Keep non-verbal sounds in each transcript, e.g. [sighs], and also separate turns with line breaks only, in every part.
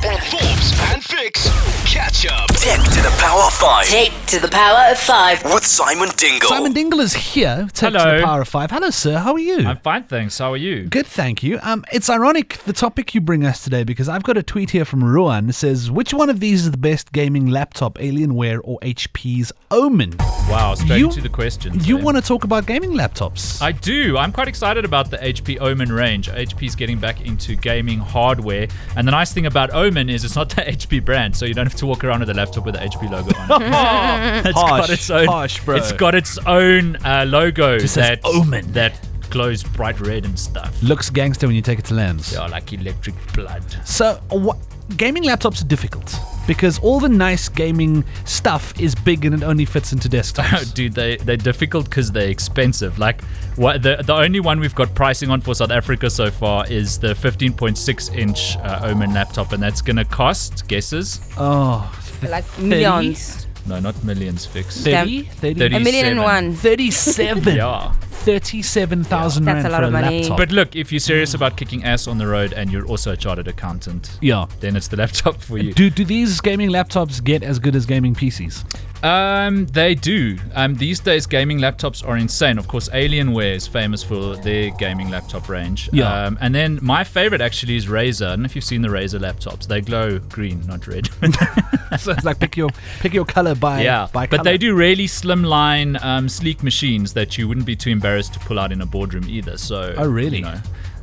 Forbes and Fix catch up.
Tip to the Power 5
Take to the power of five.
with Simon Dingle.
Simon Dingle is here. Take to
Oh. Hello.
the power of five. Hello, sir. How are you?
I'm fine, thanks. How are you?
Good, thank you. Um, it's ironic the topic you bring us today because I've got a tweet here from Ruan that says, "Which one of these is the best gaming laptop, Alienware or HP's Omen?"
Wow, straight
You-
into the questions.
You
eh?
want to talk about gaming laptops?
I do. I'm quite excited about the HP Omen range. HP's getting back into gaming hardware. And the nice thing about Omen is it's not the [laughs] HP brand, so you don't have to walk around with a laptop with the HP logo on it. [laughs] It's
[laughs] Harsh,
got its own,
harsh, bro.
It's got its own uh, logo
Just says
that,
Omen.
that glows bright red and stuff.
Looks gangster when you take it to lands.
Yeah, like electric blood.
So, wha gaming laptops are difficult because all the nice gaming stuff is big and it only fits into
Oh,
desktops.
[laughs] dude, they they're difficult because they're expensive. Like, what the the only one we've got pricing on for South Africa so far is the 15.6 inch uh, Omen laptop, and that's gonna cost guesses.
oh,
Like millions.
No, not millions. Fix.
Damn.
30, 30,
A million and
37.
one.
37.
Yeah.
37,000
Yeah.
rand
That's a lot
for
of money.
laptop.
But look, if you're serious about kicking ass on the road and you're also a chartered accountant,
yeah.
then it's the laptop for you.
Do, do these gaming laptops get as good as gaming
[laughs]
PCs?
Um, they do. Um, these days gaming laptops are insane. Of course, Alienware is famous for their gaming laptop range.
Yeah.
Um, and then my favorite actually is Razer. I don't know if you've seen the Razer laptops. They glow green, not red. [laughs]
so it's like pick your pick your color by
yeah.
by
But
color.
they do really slimline, um, sleek machines that you wouldn't be too embarrassed to pull out in a boardroom either. So.
Oh, really?
you know.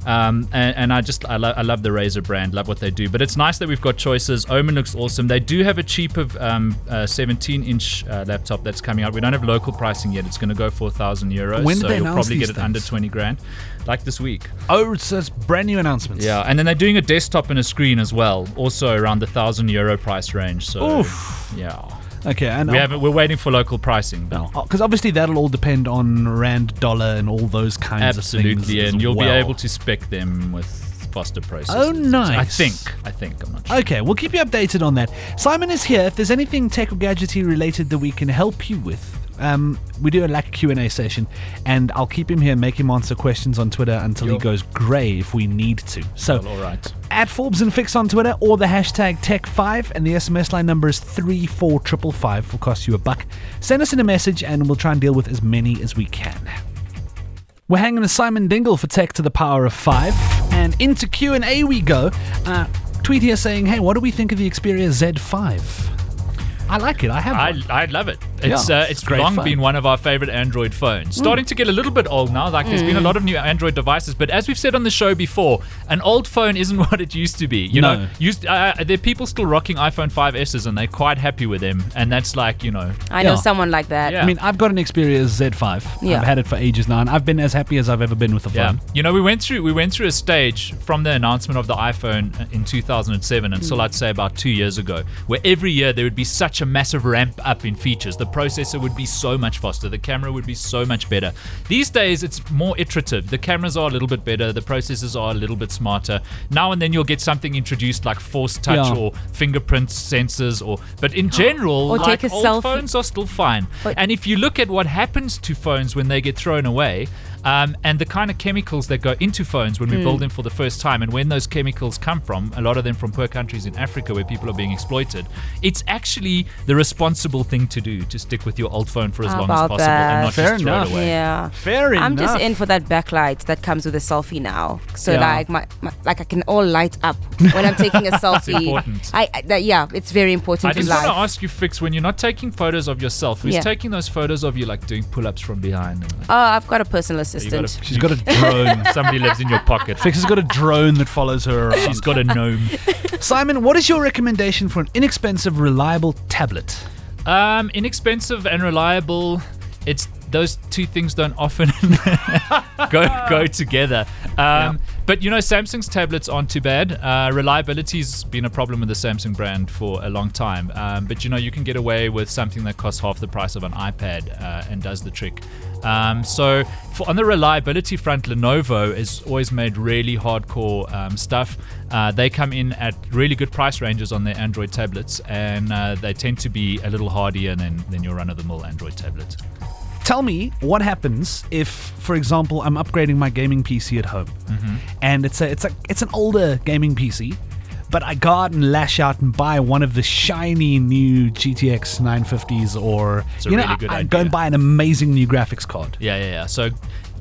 Um, and, and I just I, lo- I love the Razer brand, love what they do. But it's nice that we've got choices. Omen looks awesome. They do have a cheaper um, uh, 17 inch uh, laptop that's coming out. We don't have local pricing yet. It's going to go for 1,000 euros.
When did
so
they
you'll
announce
probably get
these
it under
things?
20 grand, like this week.
Oh, so it's brand new announcements.
Yeah. And then they're doing a desktop and a screen as well, also around the 1,000 euro price range. So,
Oof.
yeah.
Okay. And
We haven't. We're waiting for local pricing, but
because obviously that'll all depend on rand dollar and all those kinds of things.
absolutely,
as
and you'll be
well.
able to spec them with faster processes.
Oh, nice. Oh,
I think. I think. I'm not sure.
Okay, we'll keep you updated on that. Simon is here. If there's anything tech or gadgety related that we can help you with, um, we do a like Q and A session, and I'll keep him here, and make him answer questions on Twitter until he goes grey if we need to. So,
Well, all right.
at Forbes and Fix on Twitter or the hashtag Tech5, and the SMS line number is three four triple five. Will cost you a buck. Send us in a message, and we'll try and deal with as many as we can. We're hanging with Simon Dingle for Tech to the Power of Five, and into Q and A we go. Uh, tweet here saying, "Hey, what do we think of the Xperia Z5?" I like it. I have.
I,
one.
I love it. It's
Yeah,
uh,
it's
it's
great
long
fun. Hmm.
been one of our favorite Android phones. Starting to get a little bit old now. Like there's been a lot of new Android devices, but as we've said on the show before, an old phone isn't [laughs] what it used to be. You
No.
know, used uh, there are people still rocking iPhone 5s and they're quite happy with them, and that's like you know
I know
Yeah.
someone like that.
Yeah.
I mean, I've got an Xperia Z5.
Yeah.
I've had it for ages now, and I've been as happy as I've ever been with the
Yeah,
phone.
you know, we went through we went through a stage from the announcement of the iPhone in 2007 until I'd say about two years ago, where every year there would be such a massive ramp up in features. The processor would be so much faster, the camera would be so much better. These days, it's more iterative. The cameras are a little bit better, the processors are a little bit smarter. Now and then you'll get something introduced like force touch
Yeah.
or fingerprint sensors, or but in general,
Or
like
take a
old
selfie.
phones phones are still fine.
But-
and if you look at what happens to phones when they get thrown away, um, and the kind of chemicals that go into phones
Hmm.
when we build them for the first time, and when those chemicals come from, a lot of them from poor countries in Africa where people are being exploited, it's actually the responsible thing to do to stick with your old phone for as
How
long as
about
possible
that?
and not
Fair
just throw
enough.
it away.
Yeah.
Fair
I'm just
enough.
in for that backlight that comes with a selfie now. So
Yeah.
like my, my like I can all light up when I'm taking a
[laughs]
selfie.
important.
I, I that, yeah, it's very
I
important in
just want to
life.
ask you, Fix, when you're not taking photos of yourself, who's
Yeah.
taking those photos of you like doing pull ups from behind? And, like,
Oh, I've got a personal
you got a- [laughs]
assistant.
She's got a
[laughs]
drone.
somebody lives in your pocket.
Fix has got a drone that follows her around.
She's got a gnome.
Simon, what is your recommendation for an inexpensive, reliable tablet?
Um, inexpensive and reliable. It's those two things don't often [laughs] go go together. Um, But you know, Samsung's tablets aren't too bad. Uh, reliability's been a problem with the Samsung brand for a long time. Um, but you know, you can get away with something that costs half the price of an iPad uh, and does the trick. Um, so for, on the reliability front, Lenovo has always made really hardcore um, stuff. Uh, they come in at really good price ranges on their Android tablets, and uh, they tend to be a little hardier than, than your run-of-the-mill Android tablet.
Tell me what happens if, for example, I'm
Mm-hmm.
upgrading my gaming PC at home, and it's a, it's a, it's an older gaming PC, but I go out and lash out and buy one of the shiny new GTX 950s, or
a
you know,
really good
I, I go and
idea.
buy an amazing new graphics card.
Yeah, yeah, yeah. So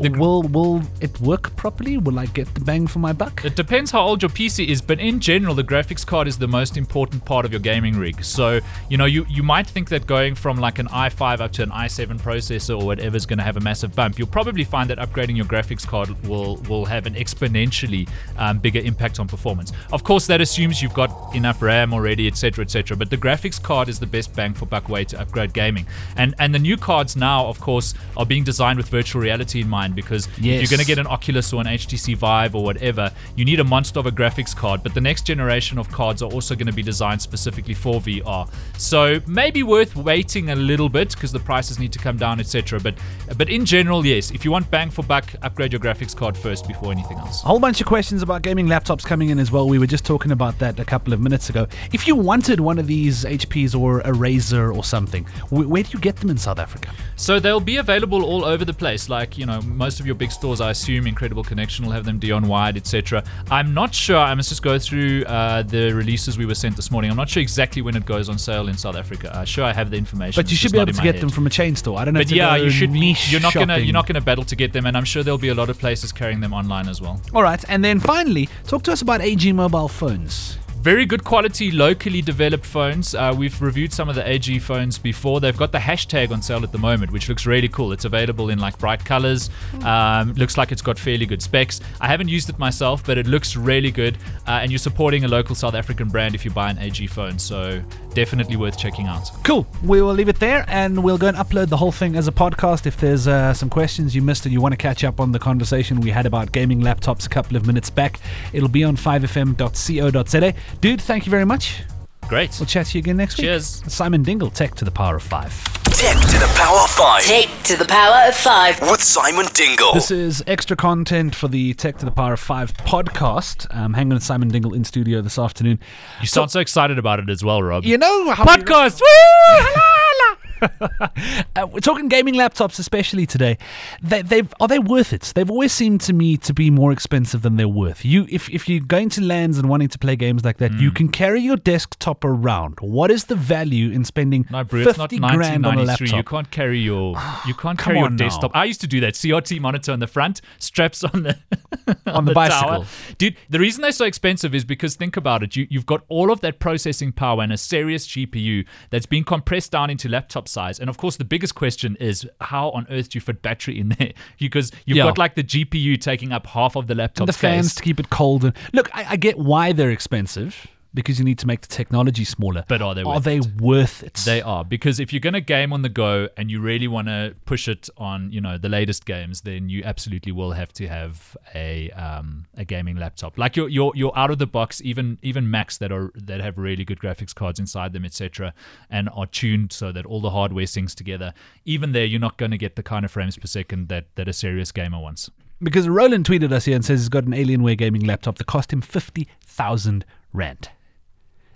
the,
will will it work properly? Will I get the bang for my buck?
It depends how old your PC is, but in general, the graphics card is the most important part of your gaming rig. So, you know, you, you might think that going from like an i5 up to an i7 processor or whatever is going to have a massive bump. You'll probably find that upgrading your graphics card will will have an exponentially um, bigger impact on performance. Of course, that assumes you've got enough RAM already, etc., etc. But the graphics card is the best bang for buck way to upgrade gaming. And and the new cards now, of course, are being designed with virtual reality in mind because if
Yes.
you're going to get an an Oculus or an HTC Vive or whatever, you need a monster of a graphics card. But the next generation of cards are also going to be designed specifically for VR. So maybe worth waiting a little bit because the prices need to come down, etc. But but in general, yes, if you want bang for buck, upgrade your graphics card first before anything else.
A whole bunch of questions about gaming laptops coming in as well. We were just talking about that a couple of minutes ago. If you wanted one of these HPs or a Razer or something, wh- where do you get them in South Africa?
So they'll be available all over the place. Like, you know, most of your big stores, I assume Incredible Connection will have them, Dion Wide, etc. I'm not sure. I must just go through uh, the releases we were sent this morning. I'm not sure exactly when it goes on sale in South Africa. Uh, sure, I have the information.
But you
it's
should
just
be
not
able
in
to
my
get
head.
them from a chain store. I don't know.
But
if
yeah,
go
you should.
Niche
you're not gonna.
shopping.
You're not gonna battle to get them, and I'm sure there'll be a lot of places carrying them online as well.
All right, and then finally, talk to us about AG mobile phones.
very good quality locally developed phones. Uh, we've reviewed some of the AG phones before. They've got the hashtag on sale at the moment, which looks really cool. It's available in like bright colors. Um, looks like it's got fairly good specs. I haven't used it myself, but it looks really good. Uh, and you're supporting a local South African brand if you buy an AG phone, so definitely worth checking out.
Cool. We will leave it there, and we'll go and upload the whole thing as a podcast. If there's uh, some questions you missed and you want to catch up on the conversation we had about gaming laptops a couple of minutes back, it'll be on 5fm.co.za. Dude, thank you very much.
Great.
We'll chat to you again next week.
Cheers.
Simon Dingle, Tech to the Power of Five.
Tech to the Power 5
Take to the power of five.
with Simon Dingle.
This is extra content for the Tech to the Power of Five podcast. Um, hanging with Simon Dingle in studio this afternoon.
You sound so excited about it as well, Rob.
You know how we-
Podcast. Woo!
[laughs] Uh, we're talking gaming laptops, especially today. They, they've are they worth it? They've always seemed to me to be more expensive than they're worth. You, if if you're going to lands and wanting to play games like that, you
Hmm.
can carry your desktop around. What is the value in spending
No, bro, it's not
fifty grand on a
1993. You
laptop?
can't carry
[sighs]
your you
Come
can't carry your
on now.
desktop. I used to do that. CRT monitor on the front, straps on the on,
the bicycle.
[laughs] tower. Dude, the reason they're so expensive is because think about it. You you've got all of that processing power and a serious GPU that's been compressed down into laptop size. And of course, the biggest question is how on earth do you fit battery in there? [laughs] Because you've
Yeah.
got like the GPU taking up half of the laptop
the fans
space.
to keep it cold. And look, I, I get why they're expensive because you need to make the technology smaller.
But are they
are
worth
they worth it?
They are because if you're going to game on the go and you really want to push it on, you know, the latest games, then you absolutely will have to have a um, a gaming laptop. Like your your your out of the box, even even Macs that are that have really good graphics cards inside them, etc., and are tuned so that all the hardware syncs together. Even there, you're not going to get the kind of frames per second that that a serious gamer wants.
because Roland tweeted us here and says he's got an Alienware gaming laptop that cost him fifty thousand rand.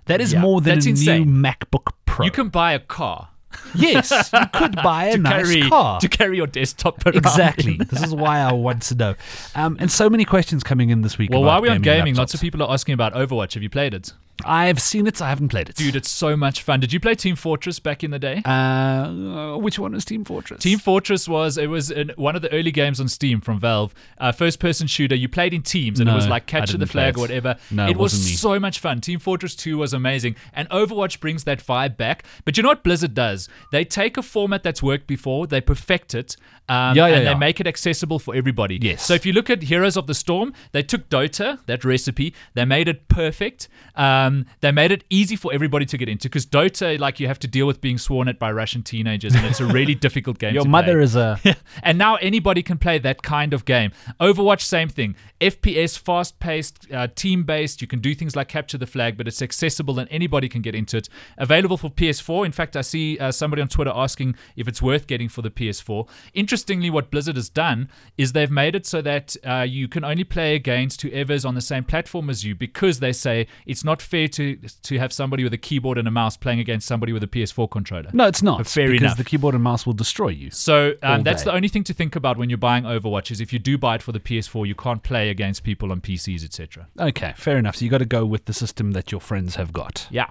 That is
Yeah,
more than
that's
a
insane.
new MacBook Pro.
You can buy a car
yes, you
[laughs]
could buy a
to
nice
carry
car.
to carry your desktop around.
Exactly. this is why I want to know. Um, and so many questions coming in this week.
Well,
about
while we're on gaming,
laptops.
lots of people are asking about Overwatch. Have you played it?
I've seen it. I haven't played it.
Dude, it's so much fun. Did you play Team Fortress back in the day?
uh, which one is Team Fortress?
Team Fortress was it was an, one of the early games on Steam from Valve. Uh, first person shooter. You played in teams, and it
No,
was like
I
capture the
didn't play
flag
it.
or whatever.
No, it
it was
wasn't me.
so much fun. Team Fortress 2 was amazing, and Overwatch brings that vibe back. But you know what Blizzard does? They take a format that's worked before, they perfect it, um,
Yeah, yeah,
and
yeah.
they make it accessible for everybody.
Yes.
So if you look at Heroes of the Storm, they took Dota that recipe, they made it perfect. Um, they made it easy for everybody to get into because Dota, like you have to deal with being sworn at by Russian teenagers, and it's
[laughs]
a really difficult game.
Your
to
mother
play.
is
[laughs]
a.
and now anybody can play that kind of game. Overwatch, same thing. FPS, fast paced, uh, team based. You can do things like capture the flag, but it's accessible and anybody can get into it. Available for PS4. In fact, I see uh, somebody on Twitter asking if it's worth getting for the PS4. Interestingly, what Blizzard has done is they've made it so that uh, you can only play against whoever's on the same platform as you because they say it's not fair unfair to to have somebody with a keyboard and a mouse playing against somebody with a PS4 controller.
No, it's not.
Fair
because
enough.
the keyboard and mouse will destroy you.
So
All
um, that's
day.
the only thing to think about when you're buying Overwatch is if you do buy it for the PS4, you can't play against people on PCs, etc.
Okay, fair enough. So you got to go with the system that your friends have got.
Yeah.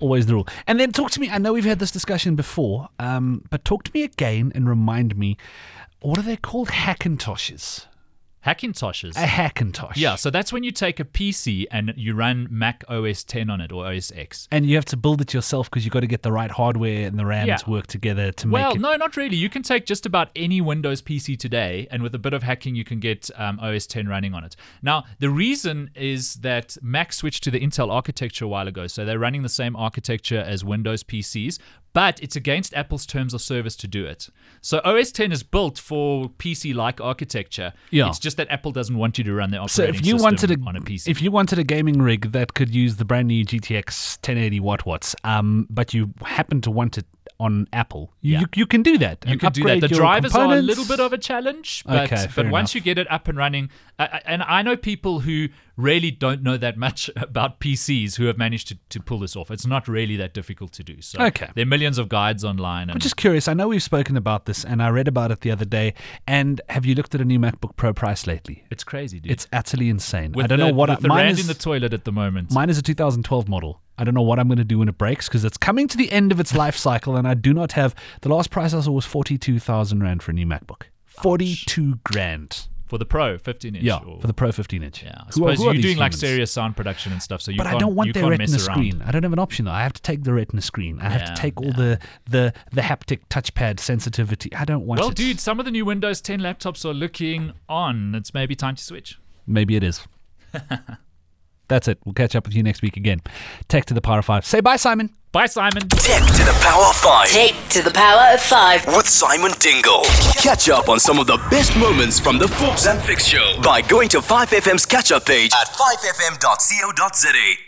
Always the rule. And then talk to me. I know we've had this discussion before, um, but talk to me again and remind me what are they called? Hackintoshes.
Hackintoshes.
[laughs] A hackintosh.
yeah, so that's when you take a PC and you run Mac OS 10 on it or OS X.
And you have to build it yourself because you've got to get the right hardware and the RAM
Yeah.
to work together to
Well,
make it.
no, not really. You can take just about any Windows PC today, and with a bit of hacking, you can get um, OS 10 running on it. Now, the reason is that Mac switched to the Intel architecture a while ago, so they're running the same architecture as Windows PCs, but it's against Apple's terms of service to do it. So OS 10 is built for PC-like architecture.
Yeah.
It's just that Apple doesn't want you to run their
so
operating
if you
system
wanted a,
on a PC.
if you wanted a gaming rig that could use the brand new GTX 1080 watt watts, um, but you happen to want it on Apple,
Yeah.
you, you can do that.
you
and
can do that.
upgrade
The
your
drivers are a
components.
little bit of a challenge, but,
Okay,
but
fair enough.
once you get it up and running, uh, and I know people who really don't know that [laughs] much about PCs who have managed to, to pull this off. It's not really that difficult to do. So
Okay.
there are millions of guides online. And
I'm just curious. I know we've spoken about this, and I read about it the other day. And have you looked at a new MacBook Pro price lately?
it's crazy, dude.
It's utterly insane.
with
I don't
the,
know what
with
I,
the
mine
rand
is.
in the toilet at the moment.
mine is a 2012 model. I don't know what I'm going to do when it breaks because it's coming to the end
[laughs]
of its life cycle, and I do not have. The last price I saw was 42,000 rand for a new MacBook. 42 grand.
for the Pro 15 inch.
Yeah,
or-
for the Pro 15 inch.
yeah. I
Who are-
suppose
who are
you're
these
doing like
humans?
serious sound production and stuff, so you
But
can't,
I don't
you
want their
can't
retina
mess around.
screen. I don't have an option though. I have to take the retina screen. I have
Yeah,
to take all the the the haptic touchpad sensitivity. I don't want
Well,
it.
dude, some of the new Windows 10 laptops are looking on. It's maybe time to switch.
Maybe it is. That's it. We'll catch up with you next week again. Tech to the Power of Five. Say bye, Simon.
Bye, Simon.
Tech to the Power 5
Tech to the power of five.
with Simon Dingle. Catch up on some of the best moments from the Forbes and Fix show by going to 5FM's catch up page at 5fm.co.za.